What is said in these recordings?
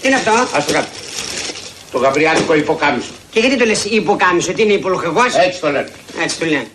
Τι είναι αυτό. Ας το κάτω. Το γαμπριάτικο υποκάμισο. Και γιατί το λες υποκάμισο, τι είναι υπολοχεγός. Έτσι το λένε. Έτσι του λένε.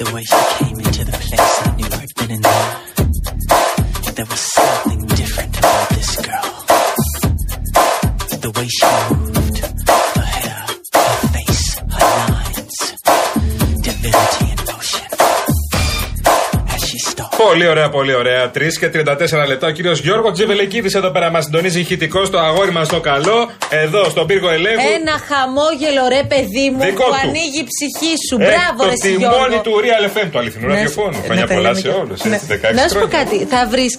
The way she came into the place, I knew I'd been in there. There was something different about this girl. The way she moved, her hair, her face, her lines, divinity in motion. As she stopped. Πολύ ωραία, πολύ ωραία. 3 και 34 λεπτά. Ο κύριος Γιώργος Τζεβελεκίδης εδώ πέρα μας συντονίζει ηχητικό στο αγόρι μας το καλό. Εδώ στον πύργο ελέγχου. Ε, Ένα χαμόγελο ρε παιδί μου Δικό που του. ανοίγει η ψυχή σου. Ε, Μπράβο το ρε εσύ, τιμόνι Γιώργο. του Real FM του αληθινού Να- ραδιοφώνου. να Χρόνια τα πολλά λέμε σε και- όλους. Ναι. Να σου πω κάτι, θα βρεις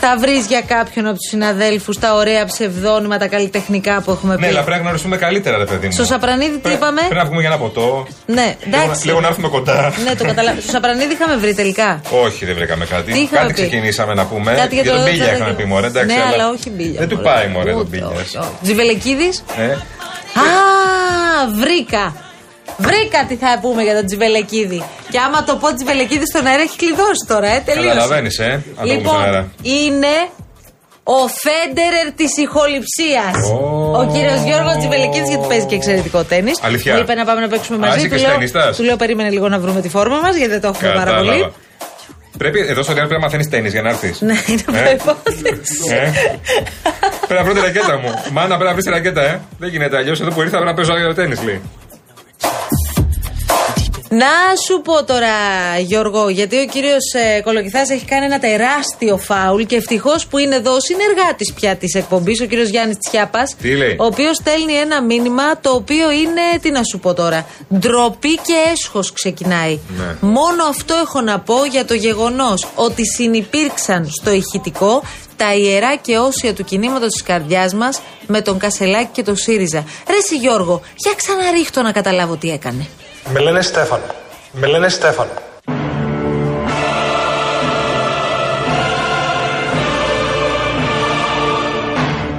Θα βρεις για κάποιον από τους συναδέλφους τα ωραία ψευδόνυμα, τα καλλιτεχνικά που έχουμε πει. Ναι, αλλά πρέπει να γνωριστούμε καλύτερα, ρε παιδί μου. Στο Σαπρανίδη τι Πρέ- είπαμε. Πρέπει να βγούμε για ένα ποτό. Ναι, Λίγο, να- εντάξει. λίγο να έρθουμε κοντά. Ναι, το καταλάβω. Στο Σαπρανίδη είχαμε βρει τελικά. Όχι, δεν βρήκαμε κάτι. Τι είχαμε κάτι πει? ξεκινήσαμε να πούμε. Κάτι για Ε, τον το Μπίλια τσαντάκι. είχαμε πει μωρέ. Εντάξει, Ναι, αλλά όχι μπίλια. Δεν του μωρέ. πάει μωρέ τον Ούτε, Μπίλιας. όχι, όχι. Τζιβελεκίδης. Ε, Α, βρήκα. Βρήκα τι θα πούμε για τον Τζιβελεκίδη. Και άμα το πω Τζιβελεκίδη στον αέρα έχει κλειδώσει τώρα, ε, τελείωσε. Καταλαβαίνεις, ε, αν το πούμε στον αέρα. Λοιπόν, είναι ο Φέντερερ της ηχοληψίας. Ω. Ο κύριος Γιώργος Τζιβελεκίδης, γιατί παίζει και εξαιρετικό τέννη. Αλήθεια. Μου είπε να πάμε να παίξουμε μαζί. Α, είσαι του, και λέω, στενιστάς. του λέω περίμενε λίγο να βρούμε τη φόρμα μας, γιατί δεν το έχουμε πάρα πολύ. κατάλαβα. Πρέπει εδώ στο Ριάλ πρέπει να μαθαίνεις τέννη για να έρθεις. Ναι, είναι προπόθεση. Ε. πρέπει να βρω τη ρακέτα μου. Μάνα, πρέπει να βρεις τη ρακέτα, ε. Δεν γίνεται αλλιώς. Εδώ που ήρθα πρέπει να παίζω άλλο τέννη, λέει. Να σου πω τώρα, Γιώργο, γιατί ο κύριος ε, Κολοκυθάς έχει κάνει ένα τεράστιο φάουλ και ευτυχώς που είναι εδώ ο συνεργάτης πια της εκπομπής, ο κύριος Γιάννης Τσιάπας. Τι λέει? Ο οποίος στέλνει ένα μήνυμα το οποίο είναι, τι να σου πω τώρα, ντροπή και έσχος ξεκινάει. Ναι. Μόνο αυτό έχω να πω για το γεγονός ότι συνυπήρξαν στο ηχητικό τα ιερά και όσια του κινήματος της καρδιάς μας με τον Κασελάκη και τον ΣΥΡΙΖΑ. Ρε συ Γιώργο, για ξαναρίχτω να καταλάβω τι έκανε. Με λένε Στέφανο. Με λένε Στέφανο.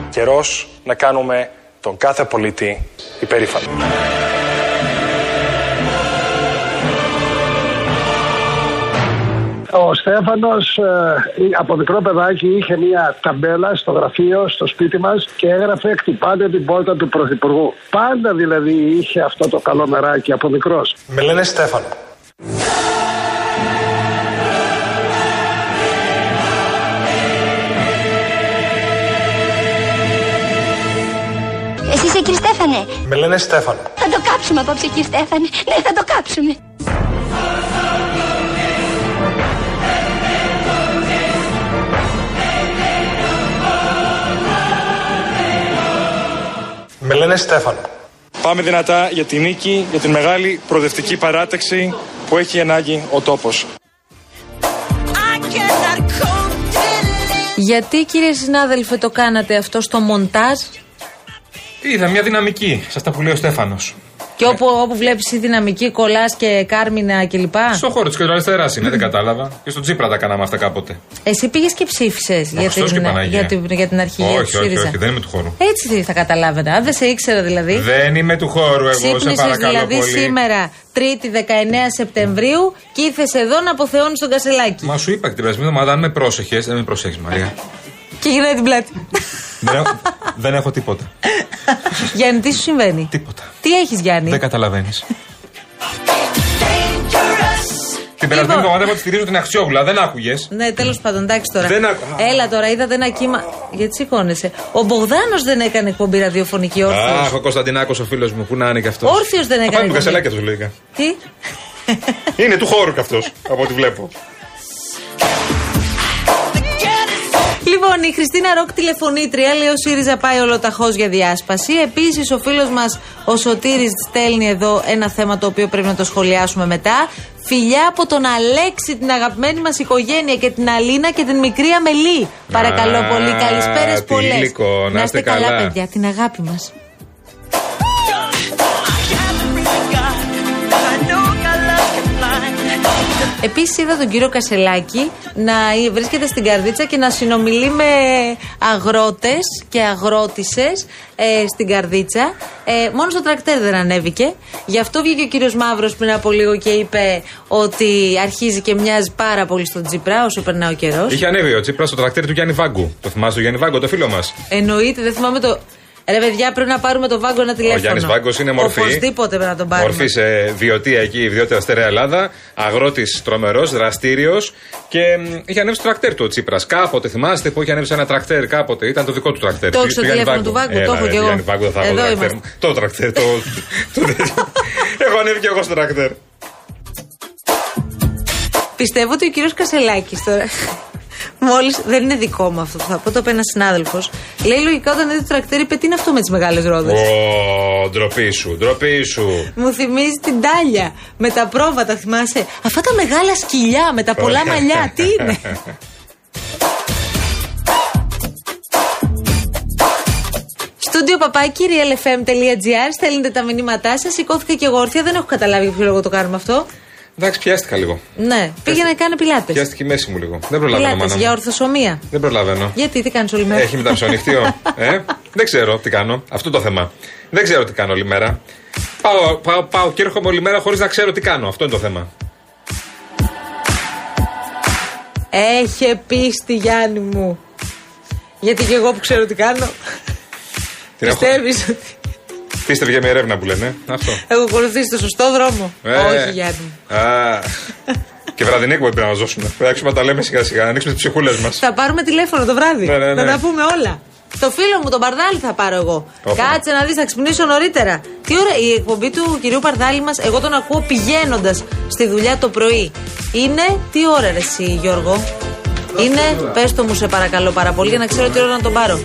Καιρός να κάνουμε τον κάθε πολίτη υπερήφανο. Ο Στέφανος ε, από μικρό παιδάκι είχε μια ταμπέλα στο γραφείο, στο σπίτι μας και έγραφε «Χτυπάτε την πόρτα του Πρωθυπουργού». Πάντα δηλαδή είχε αυτό το καλό μεράκι από μικρός. Με λένε Στέφανο. Εσύ είσαι κύριε Στέφανε. Με λένε Στέφανο. Θα το κάψουμε απόψε κύριε Στέφανε. Ναι, θα το κάψουμε. Με λένε Στέφανο. Πάμε δυνατά για τη νίκη, για την μεγάλη προοδευτική παράταξη που έχει ανάγκη ο τόπος. Γιατί κύριε συνάδελφε το κάνατε αυτό στο μοντάζ Είδα μια δυναμική. Σας τα που λέει ο Στέφανος. και Ναι. όπου, όπου βλέπεις η δυναμική κολλάς και κάρμινα κλπ. Στο χώρο της κεντροαριστερά είναι, δεν κατάλαβα. Και στον Τσίπρα τα κάναμε αυτά κάποτε. Εσύ πήγες και ψήφισες για Χριστός την, και Παναγία. ναι, για, την, για την αρχηγία του όχι, όχι, ΣΥΡΙΖΑ. όχι, δεν είμαι του χώρου. Έτσι τι θα καταλάβαινα. Αν δεν σε ήξερα δηλαδή. Δεν είμαι του χώρου, εγώ σε Ξύπνησες παρακαλώ δηλαδή πολύ. σήμερα, 3η 19 Σεπτεμβρίου, και ήρθες εδώ να αποθεώνεις τον Κασελάκη. Μα σου είπα και την περασμένη εβδομάδα, αν με πρόσεχες, δεν με προσέχεις, Μαρία. Και γυρνάει την πλάτη. δεν, έχω, δεν έχω τίποτα. Γιάννη, τι σου συμβαίνει. Τίποτα. Τι έχεις, Γιάννη. Δεν καταλαβαίνεις. την περασμένη Λοιπόν. εβδομάδα είπα ότι στηρίζω την Αξιόγουλα, δεν άκουγες. Ναι, τέλος πάντων, εντάξει τώρα. Δεν άκου- Έλα τώρα, είδατε ένα κύμα. Γιατί σηκώνεσαι. Ο Μπογδάνος δεν έκανε εκπομπή ραδιοφωνική Αχ, ο όρθιο. Κωνσταντινάκος ο φίλος μου, που να είναι και αυτός. Όρθιος Ναι, δεν έκανε. Πάμε εκπομπή. τον κασελάκι του λογικά. Τι. Είναι του χώρου κι αυτός, από ό,τι βλέπω. Λοιπόν, Λοιπόν, η Χριστίνα Ροκ τηλεφωνήτρια λέει: Ο ΣΥΡΙΖΑ πάει ολοταχώ για διάσπαση. Επίσης, ο φίλος μας ο Σωτήρης στέλνει εδώ ένα θέμα το οποίο πρέπει να το σχολιάσουμε μετά. Φιλιά από τον Αλέξη, την αγαπημένη μας οικογένεια και την Αλίνα και την μικρή Αμελή. Παρακαλώ Α, πολύ, καλησπέρες τι πολλές. υλικό, να είστε καλά. παιδιά, την αγάπη μας. Επίσης, είδα τον κύριο Κασελάκη να βρίσκεται στην καρδίτσα και να συνομιλεί με αγρότες και αγρότησες στην καρδίτσα. Ε, μόνο στο τρακτέρ δεν ανέβηκε. Γι' αυτό βγήκε ο κύριος Μαύρος πριν από λίγο και είπε ότι αρχίζει και μοιάζει πάρα πολύ στον Τζιπρά όσο περνά ο καιρός. Είχε ανέβει ο Τσίπρα στο τρακτέρ του Γιάννη Βάγκου. Το θυμάσαι τον Γιάννη Βάγκο, το φίλο μας. Εννοείται, δεν θυμάμαι το. Ρε παιδιά, πρέπει να πάρουμε το Βάγκο ένα τηλέφωνο. Ο Γιάννη Βάγκος είναι μορφή. Οπωσδήποτε πρέπει να τον πάρουμε. Μορφή σε βιωτεία εκεί, βιωτεία Αστέρα Ελλάδα. Αγρότης τρομερός, δραστήριος. Και μ, είχε ανέβει στο τρακτέρ του ο Τσίπρας. Κάποτε θυμάστε που είχε ανέβει σε ένα τρακτέρ κάποτε. Ήταν το δικό του τρακτέρ. Το έχεις στο Γιάννη τηλέφωνο του Βάγκου, το Έλα, έχω ρε, κι εγώ. Γιάννη Βάγκου, δεν θα έχω το Εδώ τρακτέρ. είμαστε. μου. Το τρακτέρ. Το, το τέτοιο. Έχω ανέβει κι εγώ στο τρακτέρ. Πιστεύω ότι ο κύριος Κασελάκης τώρα. Μόλις δεν είναι δικό μου αυτό που θα πω, το είπε ένας συνάδελφος. Λέει λογικά όταν είδε το τρακτέρ, είπε τι είναι αυτό με τις μεγάλες ρόδες. Ναι. Ω, ντροπή σου, ντροπή σου. Μου θυμίζει την τάλια με τα πρόβατα, θυμάσαι. Αυτά τα μεγάλα σκυλιά με τα πολλά μαλλιά, τι είναι. Στούντιο παπάκι, realfm.gr, στέλνετε τα μηνύματά σας. Σηκώθηκα και εγώ όρθια, δεν έχω καταλάβει για ποιο λόγο το κάνουμε αυτό. Εντάξει, πιάστηκα λίγο. Ναι, πήγαινε να κάνει πιλάτες. Πιάστηκε η μέση μου λίγο. Δεν προλαβαίνω, Πιλάτες μάνα για μου. ορθοσωμία. Δεν προλαβαίνω. Γιατί, τι κάνεις όλη μέρα. Έχει μεταψωνιχτείο. ε? Δεν ξέρω τι κάνω. Αυτό το θέμα. Δεν ξέρω τι κάνω όλη μέρα. Πάω, πάω, πάω και έρχομαι όλη μέρα χωρίς να ξέρω τι κάνω. Αυτό είναι το θέμα. Έχει πίστη, Γιάννη μου. Γιατί και εγώ που ξέρω τι κάνω, Την έχω- πιστεύεις ότι Πίστευε για μια ερεύνα που λένε. ε, Αυτό. έχω ακολουθήσει το σωστό δρόμο. Ε, Όχι, Γιάννη. μου. α, και βραδινή εκπομπή πρέπει να ζώσουν. Πρέπει να αρχίσουμε να τα λέμε σιγά σιγά. Να ανοίξουμε τις ψυχούλες μας. Θα πάρουμε τηλέφωνο το βράδυ. Ναι, ναι, ναι. Να τα πούμε όλα. Το φίλο μου, τον Παρδάλη, θα πάρω εγώ. Όπα. Κάτσε να δεις, θα ξυπνήσω νωρίτερα. Τι ώρα η εκπομπή του κυρίου Παρδάλη μας, εγώ τον ακούω πηγαίνοντας στη δουλειά το πρωί. Είναι τι ώρα, ρε, εσύ, Γιώργο. Είναι, πες το μου σε παρακαλώ πάρα πολύ για να ξέρω τι ώρα να τον πάρω.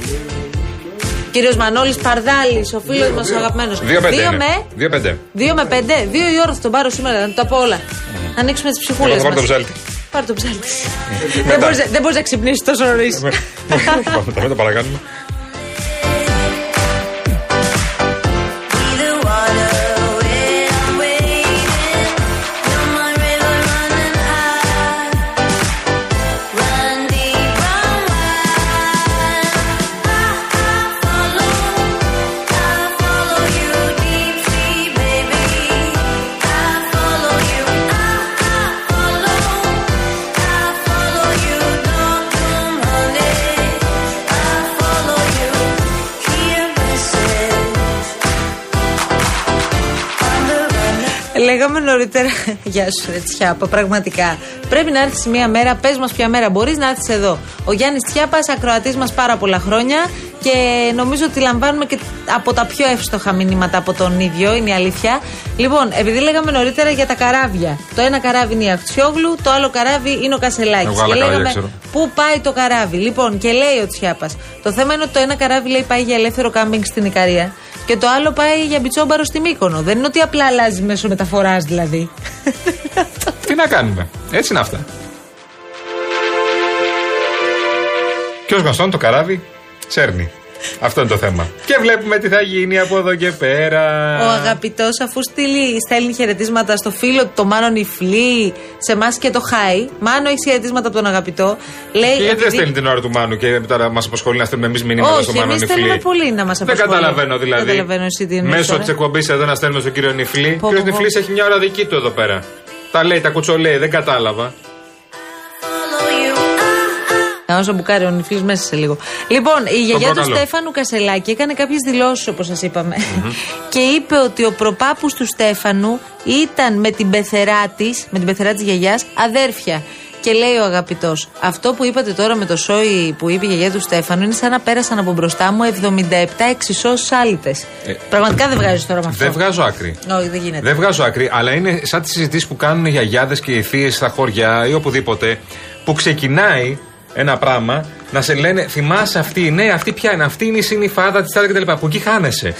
Κύριος Μανώλης Παρδάλης, ο φίλος μας, ο αγαπημένος. 2-5. με. 2-5. 2 με 5, 2 η ώρα θα τον πάρω σήμερα, να τα πω όλα. Να ανοίξουμε τις ψυχούλες. Εγώ θα πάρω το ψάλτη. Ε, Πάρ το ψάλτη. Δεν μπορείς να- Δεν μπορείς να ξυπνήσεις τόσο νωρίς. Πάμε, τα- τα παρακάνουμε. Ah, ah, Ah. Λέγαμε νωρίτερα. Γεια σου, ρε Τσιάπα, πραγματικά. Πρέπει να έρθεις μία μέρα, πες μας ποια μέρα μπορείς να έρθεις εδώ. Ο Γιάννης Τσιάπας, ακροατής μας πάρα πολλά χρόνια και νομίζω ότι λαμβάνουμε και από τα πιο εύστοχα μηνύματα από τον ίδιο, είναι η αλήθεια. Λοιπόν, επειδή λέγαμε νωρίτερα για τα καράβια. Το ένα καράβι είναι η Αξιόγλου, το άλλο καράβι είναι ο Κασελάκης. Εγώ άλλα Και καράβια λέγαμε, ξέρω. Πού πάει το καράβι. Λοιπόν, και λέει ο Τσιάπας. Το θέμα είναι ότι το ένα καράβι λέει πάει για ελεύθερο κάμπινγκ στην Ικαρία και το άλλο πάει για μπιτσόμπαρο στη Μύκονο. Δεν είναι ότι απλά αλλάζει μέσω μεταφοράς δηλαδή. Τι να κάνουμε. Έτσι είναι αυτά. Και ω γνωστόν το καράβι σέρνει. Αυτό είναι το θέμα. Και βλέπουμε τι θα γίνει από εδώ και πέρα. Ο αγαπητός, αφού στείλει, στέλνει χαιρετίσματα στο φίλο του, το Μάνο Νιφλή, σε εμάς και το Χάι. Μάνο έχεις χαιρετίσματα από τον αγαπητό. Λέει, Και γιατί δεν επειδή- στέλνει την ώρα του Μάνου και τώρα μας απασχολεί να στέλνουμε εμείς μηνύματα Όχι, στο Μάνο εμείς Νιφλή. θέλουμε πολύ να μας Δεν απασχολεί. καταλαβαίνω δηλαδή. Δεν καταλαβαίνω εσύ τι εννοείς Μέσω τώρα. της εκπομπής εδώ να στέλνουμε στον κύριο Νιφλή. Πω, Ο κύριος πω, πω. Νιφλή έχει μια ώρα δική του εδώ πέρα. Τα λέει, τα κουτσολέει, δεν κατάλαβα. Να όσο μπουκάρει ο νυφλή μέσα σε λίγο. Λοιπόν, η γιαγιά του προκαλώ. Στέφανου Κασελάκη έκανε κάποιες δηλώσεις, όπως σας είπαμε. και είπε ότι ο προπάπους του Στέφανου ήταν με την πεθερά της, με την πεθερά της γιαγιάς, αδέρφια. Και λέει ο αγαπητός, αυτό που είπατε τώρα με το σόι που είπε η γιαγιά του Στέφανου είναι σαν να πέρασαν από μπροστά μου 77 εξισώσεις άλυτες. Ε, Πραγματικά δεν βγάζεις τώρα με αυτό. Δεν βγάζω άκρη. Όχι, δεν γίνεται. Δεν βγάζω άκρη, αλλά είναι σαν τις συζητήσεις που κάνουν οι γιαγιάδες και οι θείες στα χωριά ή οπουδήποτε, που ξεκινάει ένα πράγμα, να σε λένε θυμάσαι αυτή, ναι, αυτή ποια είναι, αυτή είναι η συνειφάδα τη άλλη κτλ. Που εκεί χάνεσαι.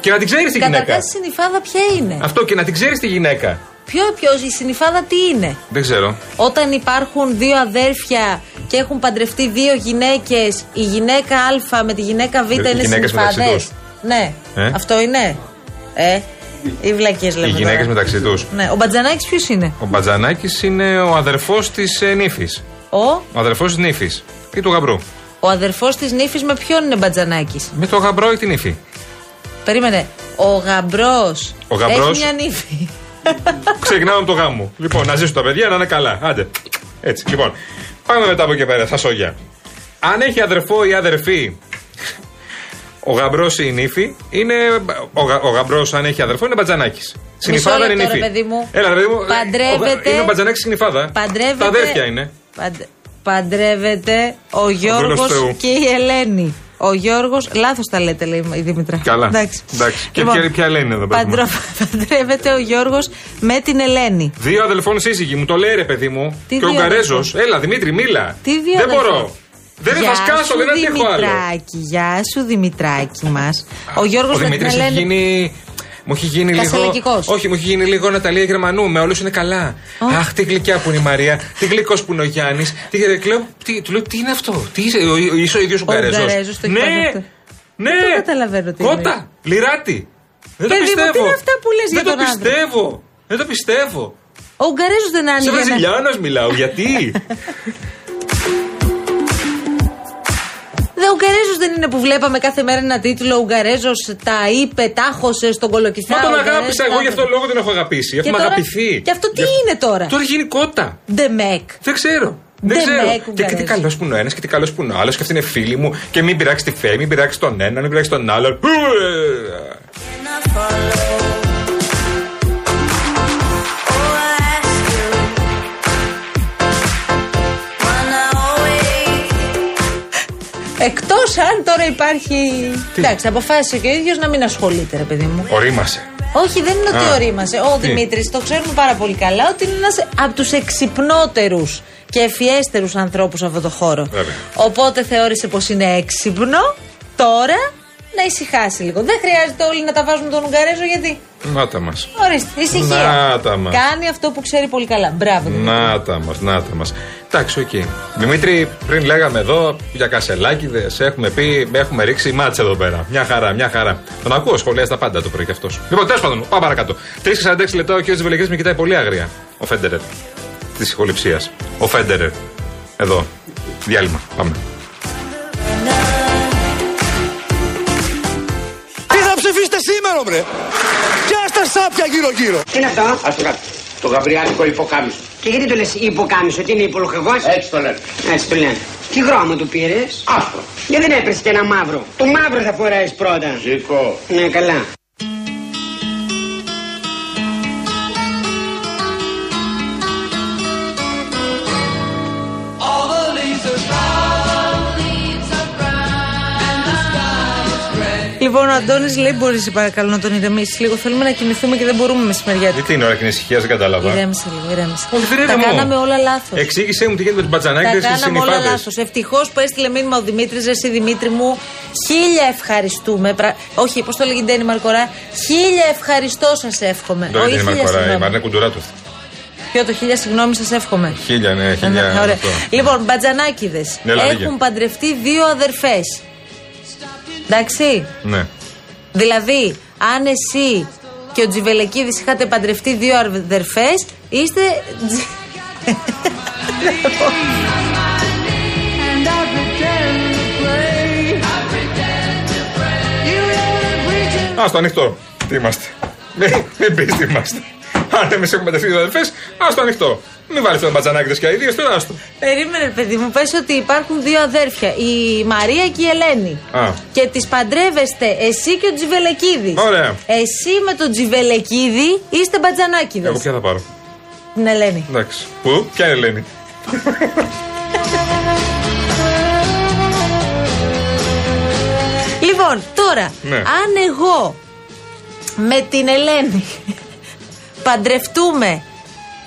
και να την ξέρεις τη Κατά ναι. γυναίκα. τα συνειφάδα ποια είναι. Αυτό και να την ξέρεις τη γυναίκα. Ποιο, ποιος, η συνειφάδα τι είναι. Δεν ξέρω. Όταν υπάρχουν δύο αδέρφια και έχουν παντρευτεί δύο γυναίκες, η γυναίκα Α με τη γυναίκα Β Οι είναι γυναίκες μεταξύ συνειφάδε. τους. Ναι, Ε? αυτό είναι. Ε, οι βλακίες λέμε. Οι τώρα. γυναίκες μεταξύ τους. Ναι, ο Μπατζανάκης ποιος είναι. Ο Μπατζανάκης είναι ο αδερφός της ε, νύφης. Ο, Ο αδερφός της νύφης. Ή του γαμπρού. ο αδερφός της νύφης με ποιον είναι Μπατζανάκης. Με το γαμπρό ή την νύφη. Περίμενε. Ο γαμπρός. Ο γαμπρός. Έχει μια νύφη. Ξεκινάμε από το γάμο. Λοιπόν, να ζήσουν τα παιδιά να είναι καλά. Άντε. Έτσι. Λοιπόν, πάμε μετά από εκεί πέρα. Θα σόγια. Αν έχει αδερφό ή αδερφή, ο γαμπρός ή η νύφη είναι. Ο, γα, ο γαμπρός, αν έχει αδερφό, είναι μπατζανάκης. Συνυφάδα είναι η λεπτό, νύφη. ρε παιδί μου. Έλα, ρε παιδί μου. ε, Παντρεύεται- Ο- Είναι ο μπατζανάκης συνυφάδα. Παντρεύεται. Τα αδέρφια είναι. Παντε- Παντρεύεται ο δούλος Γιώργο Θεού. και η Ελένη. Ο Γιώργος, λάθος τα λέτε, λέει η Δημητρά. Καλά. Εντάξει. Και ποια- ποια Ελένη εδώ πέρα. παντρο- Παντρεύεται ο Γιώργος με την Ελένη. Δύο αδελφών σύζυγοι, μου το λέει ρε παιδί μου. Τι και ο δύο Ουγγαρέζο. αδελφών? Έλα, Δημήτρη, μίλα. Τι δύο Δεν αδελφών? μπορώ. Δεν Γεια θα σκάσω, σου, δεν αντέχω άλλο. Δημητράκη, γεια σου Δημητράκη μας. Ο Γιώργος Ο με την Δημήτρης έχει Ελένη. γίνει. Μου έχει γίνει λίγο. Κασελακικός. Όχι, μου έχει γίνει λίγο Ναταλία Γερμανού. Με όλους είναι καλά. Αχ, τι γλυκιά που είναι η Μαρία. Τι γλυκός που είναι ο Γιάννης. Τι, λέω, τι, του λέω, τι είναι αυτό. Τι είσαι, ο, ο- είσαι ο ίδιος Ο Ουγγαρέζο. Ουγγαρέζος το έχει Ναι, παντρευτεί. ναι. Δεν το καταλαβαίνω τι λέει. Κότα, λιράτη. Δεν το Παιδί μου, τι πιστεύω. είναι αυτά που λες Δεν για το τον άντρα. πιστεύω. Δεν το πιστεύω. Ο Ουγγαρέζος δεν Σε άνοιγε. ένα- Βραζιλιάνος μιλάω. Γιατί. Δε, Ο Ουγγαρέζος δεν είναι που βλέπαμε κάθε μέρα ένα τίτλο. Ο Ουγγαρέζος τα είπε, τάχωσε στον κολοκυθά. Μα τον ο Ουγγαρέζος αγάπησα. τα Εγώ γι' αυτό είπε. λόγο τον έχω αγαπήσει. Και Έχουμε τώρα- αγαπηθεί. Και αυτό τι Γι' αυτό- είναι τώρα. Τώρα έχει γίνει κότα. Ντεμεκ. Δεν ξέρω. Δεν Δεν με ξέρω. Και έκουμπαρες. τι καλός που είναι ο ένας και τι καλός που είναι ο άλλος. Και αυτή είναι φίλη μου. Και μην πειράξει τη φέμη, μην πειράξει τον έναν, μην πειράξει τον άλλον. ε, Εκτός αν τώρα υπάρχει. Εντάξει, αποφάσισε και ο ίδιος να μην ασχολείται, ρε παιδί μου. ε. Ορίμασε. Όχι, δεν είναι ότι Α. ορίμασε. Ο Τι? Δημήτρης, το ξέρουμε πάρα πολύ καλά, ότι είναι ένας από τους εξυπνότερους και ευφιέστερου ανθρώπους σε αυτό το χώρο. Βέβαια. Οπότε θεώρησε πως είναι έξυπνο τώρα να ησυχάσει λίγο. Δεν χρειάζεται όλοι να τα βάζουμε τον Ουγγαρέζο γιατί. Νάτα μας. Ορίστε, ησυχία. Να τα μας. Ναι. Κάνει αυτό που ξέρει πολύ καλά. Μπράβο. Δημήτρη. Νάτα μα, νάτα μας. Εντάξει, οκ. Δημήτρη, πριν λέγαμε εδώ για κασελάκιδες, έχουμε πει, έχουμε ρίξει μάτσε εδώ πέρα. Μια χαρά, μια χαρά. Τον ακούω, σχολιάζει τα πάντα το πρωί κι αυτός. Λοιπόν, τέλος πάντων, πάμε παρακάτω. 3,46 λεπτά ο κ. τη Βελγική με κοιτάει πολύ άγρια. Ο Φέντερερ. Τη συγχοληψία. Ο Φέντερερ. Εδώ. Διάλειμμα. Πάμε. Τι θα ψηφίσετε σήμερα, μπρε! Πιάστε σάπια γύρω-γύρω! Τι είναι αυτό. Ας το κάνω. Το γαμπριάτικο υποκάμισο. Και γιατί το λες υποκάμισο, ότι είναι υπολοχηγός. Έτσι το λένε. Έτσι το λένε. Τι χρώμα του πήρες. Άσπρο. Γιατί δεν έπαιρες και ένα μαύρο. Το μαύρο θα φοράεις πρώτα. Ζήκο. Ναι, καλά. Λοιπόν, ο Αντώνης λέει: Μπορείς, παρακαλώ, να τον ηρεμήσεις λίγο. Θέλουμε να κοιμηθούμε και δεν μπορούμε μεσημεριά. Γιατί είναι ώρα και ησυχία, δεν κατάλαβα. Ηρέμησε λίγο, ηρέμησε. Όχι, δεν είναι Τα μόνο. κάναμε όλα λάθος. Εξήγησέ μου τι γίνεται με του Τα μπατζανάκιδε και τι κάναμε όλα συνειφάδε. λάθος. Ευτυχώς που έστειλε μήνυμα ο Δημήτρης, εσύ Δημήτρη μου. Χίλια ευχαριστούμε. Πρα- Όχι, πώς το λέγει η Ντένι Μαρκορά. Χίλια ευχαριστώ σας εύχομαι. Δεν Όχι, είναι χίλια μαρκορά, η συγγνώμη. Μαρνέ κουντουρά του. Ποιο το χίλια συγγνώμη σας εύχομαι. Χίλια, ναι, χίλια. Ωραία. αυτό. Λοιπόν, μπατζανάκιδε. Ναι, αλλά Έχουν λέγε. παντρευτεί δύο αδερφές. Εντάξει. Ναι. Δηλαδή, αν εσύ και ο Τζιβελεκίδης είχατε παντρευτεί δύο αδερφές, είστε. τζι- Α το ανοιχτό. Τι είμαστε. Μην, μην πεις τι είμαστε. Αν εμείς έχουμε μεταξύ δύο αδελφές, ας το ανοιχτό. Μην βάλει τον μπατζανάκιδε και αειδίε, τώρα άστο. Περίμενε, παιδί μου, πες ότι υπάρχουν δύο αδέρφια, η Μαρία και η Ελένη. Α. Και τις παντρεύεστε εσύ και ο Τζιβελεκίδης. Ωραία. Εσύ με τον Τζιβελεκίδη είστε μπατζανάκιδες. Εγώ ποια θα πάρω. Την Ελένη. Εντάξει. Πού, ποια είναι η Ελένη. Λοιπόν, τώρα, Ναι. αν εγώ με την Ελένη παντρευτούμε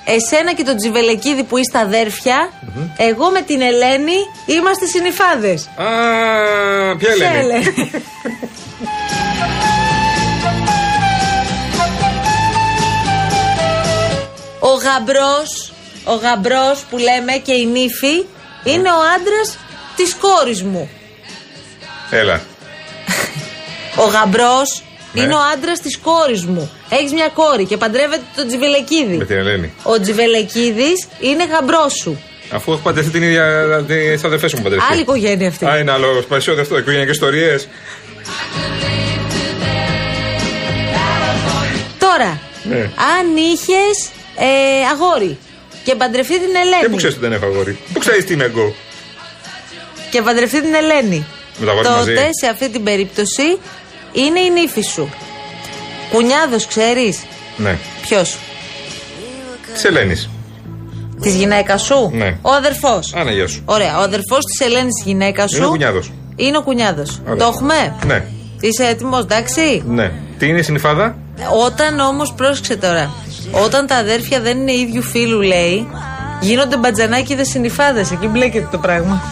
Εσένα και τον Τζιβελεκίδη που είστε αδέρφια, εγώ με την Ελένη είμαστε συνυφάδες. Α, ποια Ελένη. Ο γαμπρός, ο γαμπρός που λέμε και η νύφη Ναι. είναι ο άντρας της κόρης μου. Έλα. Ο γαμπρός Ναι. είναι ο άντρας της κόρης μου. Έχεις μια κόρη και παντρεύεται τον Με Τζιβελεκίδη. την Ελένη. Ο Τζιβελεκίδης είναι γαμπρός σου. Αφού έχω παντρευτεί την ίδια. Τι αδερφές μου παντρευτεί. Άλλη οικογένεια αυτή. Α, ε. είναι άλλο. Περισσότερο αυτό. Οικογενειακές ιστορίες. Τώρα, Ναι. αν είχες ε, αγόρι και παντρευτεί την Και που ξέρεις Ελένη. ότι δεν έχω αγόρι. Που ξέρεις τι είναι εγώ. Και παντρευτεί την Ελένη. Με τα αγόρια μαζί. Τότε σε αυτή την περίπτωση είναι η νύφη σου. Κουνιάδος, ξέρεις Ναι. ποιος. Της Ελένης. Της γυναίκας σου. Ναι. Ο αδερφός. Άνα, γεια σου. Ωραία. Ο αδερφός της Ελένης γυναίκα σου. Είναι ο κουνιάδος. Είναι ο κουνιάδος. Ωραία. Το έχουμε. Ναι. Είσαι έτοιμος, εντάξει. Ναι. Τι είναι η συνειφάδα. Όταν όμως, πρόσεξε τώρα. Όταν τα αδέρφια δεν είναι ίδιου φίλου, λέει, γίνονται μπατζανάκιδες συνυφάδε. Εκεί μπλέκεται το πράγμα.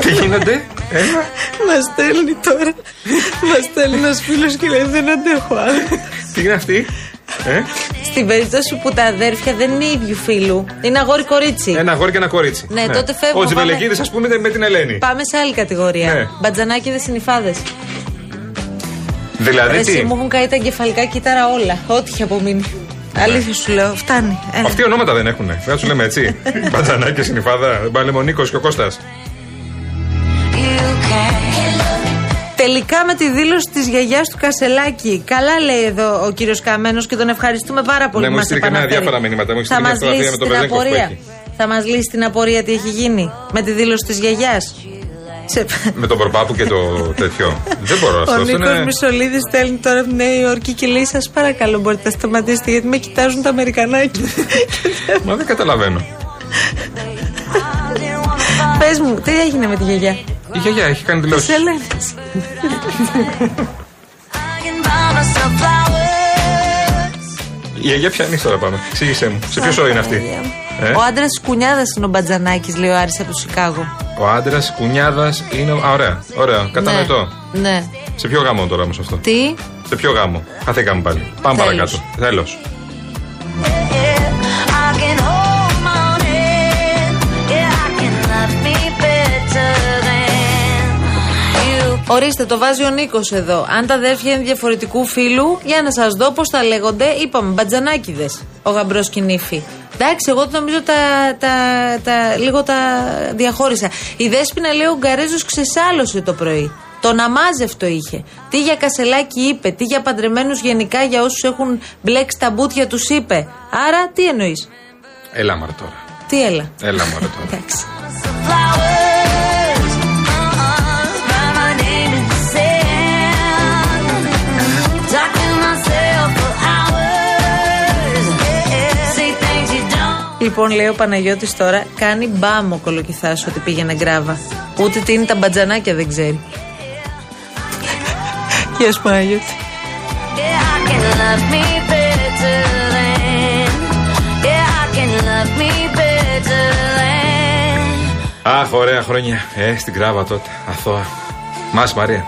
Τι γίνονται. Ένα. Μας στέλνει τώρα. Μας στέλνει ένας φίλος και λέει: Δεν αντέχω άλλο. Τι είναι αυτή. Ε? Στην περίπτωση που τα αδέρφια δεν είναι ίδιου φίλου, είναι αγόρι κορίτσι. Ένα αγόρι και ένα κορίτσι. Ναι, τότε φεύγουμε, Ο Τζιβελεκίδης, ας πούμε, με την Ελένη. Πάμε σε άλλη κατηγορία. Ναι. Μπατζανάκιδε συνυφάδε. Δηλαδή Εσύ τι. μου έχουν καεί τα εγκεφαλικά κύτταρα όλα. Ό,τι είχε απομείνει. Ναι. Αλήθεια σου λέω, φτάνει. Ε, Έλα. Αυτοί ονόματα δεν έχουνε. Δεν σου λέμε έτσι. Μπατζανάκη, συνειφάδα. Μπάλε ο Νίκο και ο Κώστας. Τελικά με τη δήλωση της γιαγιάς του Κασελάκη. Καλά λέει εδώ ο κύριος Καμένος και τον ευχαριστούμε πάρα πολύ. Ναι, που μου μας στείλει κανένα επαναφέρει. διάφορα μηνύματα. Μου έχεις Θα στείλει μας μια φωτογραφία λύσει με τον την Μπερδέκοφ που απορία. έχει. Θα μας λύσει την απορία τι έχει γίνει με τη δήλωση της γιαγιάς. Σε... Με τον προπάπου και το τέτοιο. δεν μπορώ να ναι. Ο αυτό. αυτό Νίκο είναι- Μισολίδης στέλνει τώρα από τη Νέα Υόρκη και λέει: Σας παρακαλώ, μπορείτε να σταματήσετε γιατί με κοιτάζουν τα Αμερικανάκια. Μα δεν καταλαβαίνω. Πες μου, τι έγινε με τη γιαγιά. Η γιαγιά έχει κάνει δηλώσεις. Σε λένε. Η γιαγιά πιανεί τώρα πάμε. Εξήγησέ μου. Σε ποιος είναι αυτή. Ε? Ο άντρας τη κουνιάδας είναι ο Μπατζανάκης, λέει ο Άρης από το Σικάγο. Ο άντρας κουνιάδας είναι. Α, ωραία, ωραία. Κατανοητό. Ναι. ναι. Σε ποιο γάμο τώρα όμως αυτό. Τι. Σε ποιο γάμο. Χαθήκαμε πάλι. Πάμε Τέλος. παρακάτω. Τέλο. Ορίστε, το βάζει ο Νίκος εδώ. Αν τα αδέρφια είναι διαφορετικού φίλου, για να σας δω πώς τα λέγονται, είπαμε μπατζανάκιδες. Ο γαμπρός και η νύφη. Εντάξει, εγώ το νομίζω τα, τα, τα, λίγο τα διαχώρισα. Η Δέσποινα λέει ο Γκαρέζος ξεσάλωσε το πρωί. Τον αμάζευτο είχε. Τι για κασελάκι είπε, τι για παντρεμένους γενικά για όσους έχουν μπλέξει τα μπουτια τους είπε. Άρα τι εννοείς. Έλα μωρέ τώρα. Τι έλα. Έλα μωρέ τώρα. Εντάξει. Λοιπόν, λέει ο Παναγιώτης τώρα, κάνει μπάμ ο κολοκυθάς ότι πήγαινε γκράβα. Ούτε τι είναι τα μπατζανάκια δεν ξέρει. Γεια σου Παναγιώτη. Αχ, ωραία χρόνια. Ε, στην κράβα τότε. Αθώα. Μας Μαρία.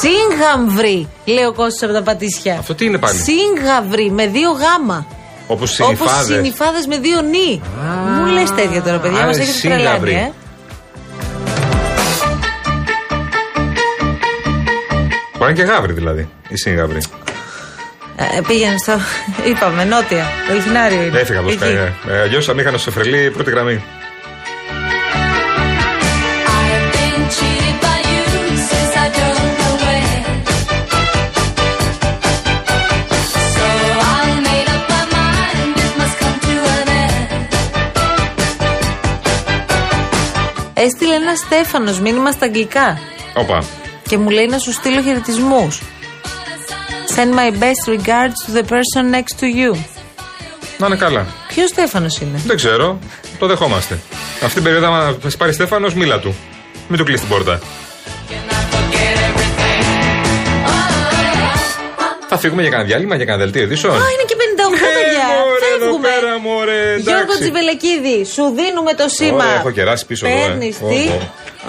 Σύγχαμβρη, λέει ο Κώστας από τα Πατήσια. Αυτό τι είναι πάλι? Σύγχαμβρη, με δύο γάμα. Όπως Όπως οι συνειφάδε. συνυφάδες με δύο νι. Μου λες τέτοια τώρα, παιδιά, άρα μα έχετε σύγχαμβρη. τρελάνει, ε. Μπορεί να είναι και γάβρι δηλαδή. Η σύγγαβρη. Ε, Πήγαινε στο. Είπαμε, νότια. Το Λιθινάριο είναι. Έφυγα από το Εκεί. Σκάι. Ε, Αλλιώς θα μήχανε στο φρελί πρώτη γραμμή. Έστειλε ένα Στέφανος μήνυμα στα αγγλικά Όπα. και μου λέει να σου στείλω χαιρετισμούς. Send my best regards to the person next to you. Να είναι καλά. Ποιος Στέφανος είναι. Δεν ξέρω. Το δεχόμαστε. Αυτή την περίοδο, άμα θα σε πάρει Στέφανος, μίλα του. Μην του κλείσει την πόρτα. Θα φύγουμε για κανένα διάλειμμα, για κανένα δελτίο ειδήσεων. Ε, Α, είναι και 58 παιδιά. φεύγουμε. εδώ πέρα, μωρέ, εντάξει. Γιώργο Τζιβελεκίδη, σου δίνουμε το σήμα. Ωραία, έχω κεράσει πίσω εδώ, ε. Παίρνεις Ω, τι. ω.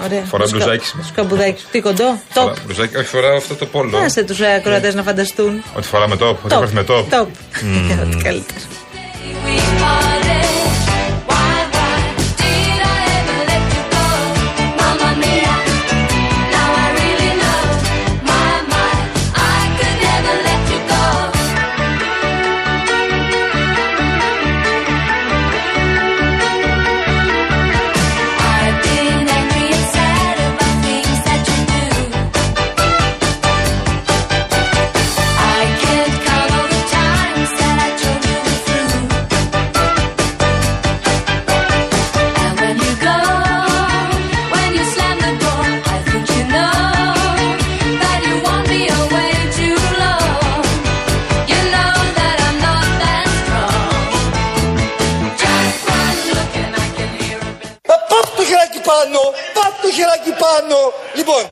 Ωραία. Φορά Σκα- μπλουζάκι σήμερα. Σκαμπουδάκι σου. Τι κοντό. Φορά Τοπ. μπλουζάκι, όχι φοράω αυτό το πόλο. Άσε τους ακροατές να ε, φανταστούν. Ότι φοράμε το, ότι Top. έχουμε με το. Top. Ό,τι καλύτερο. Are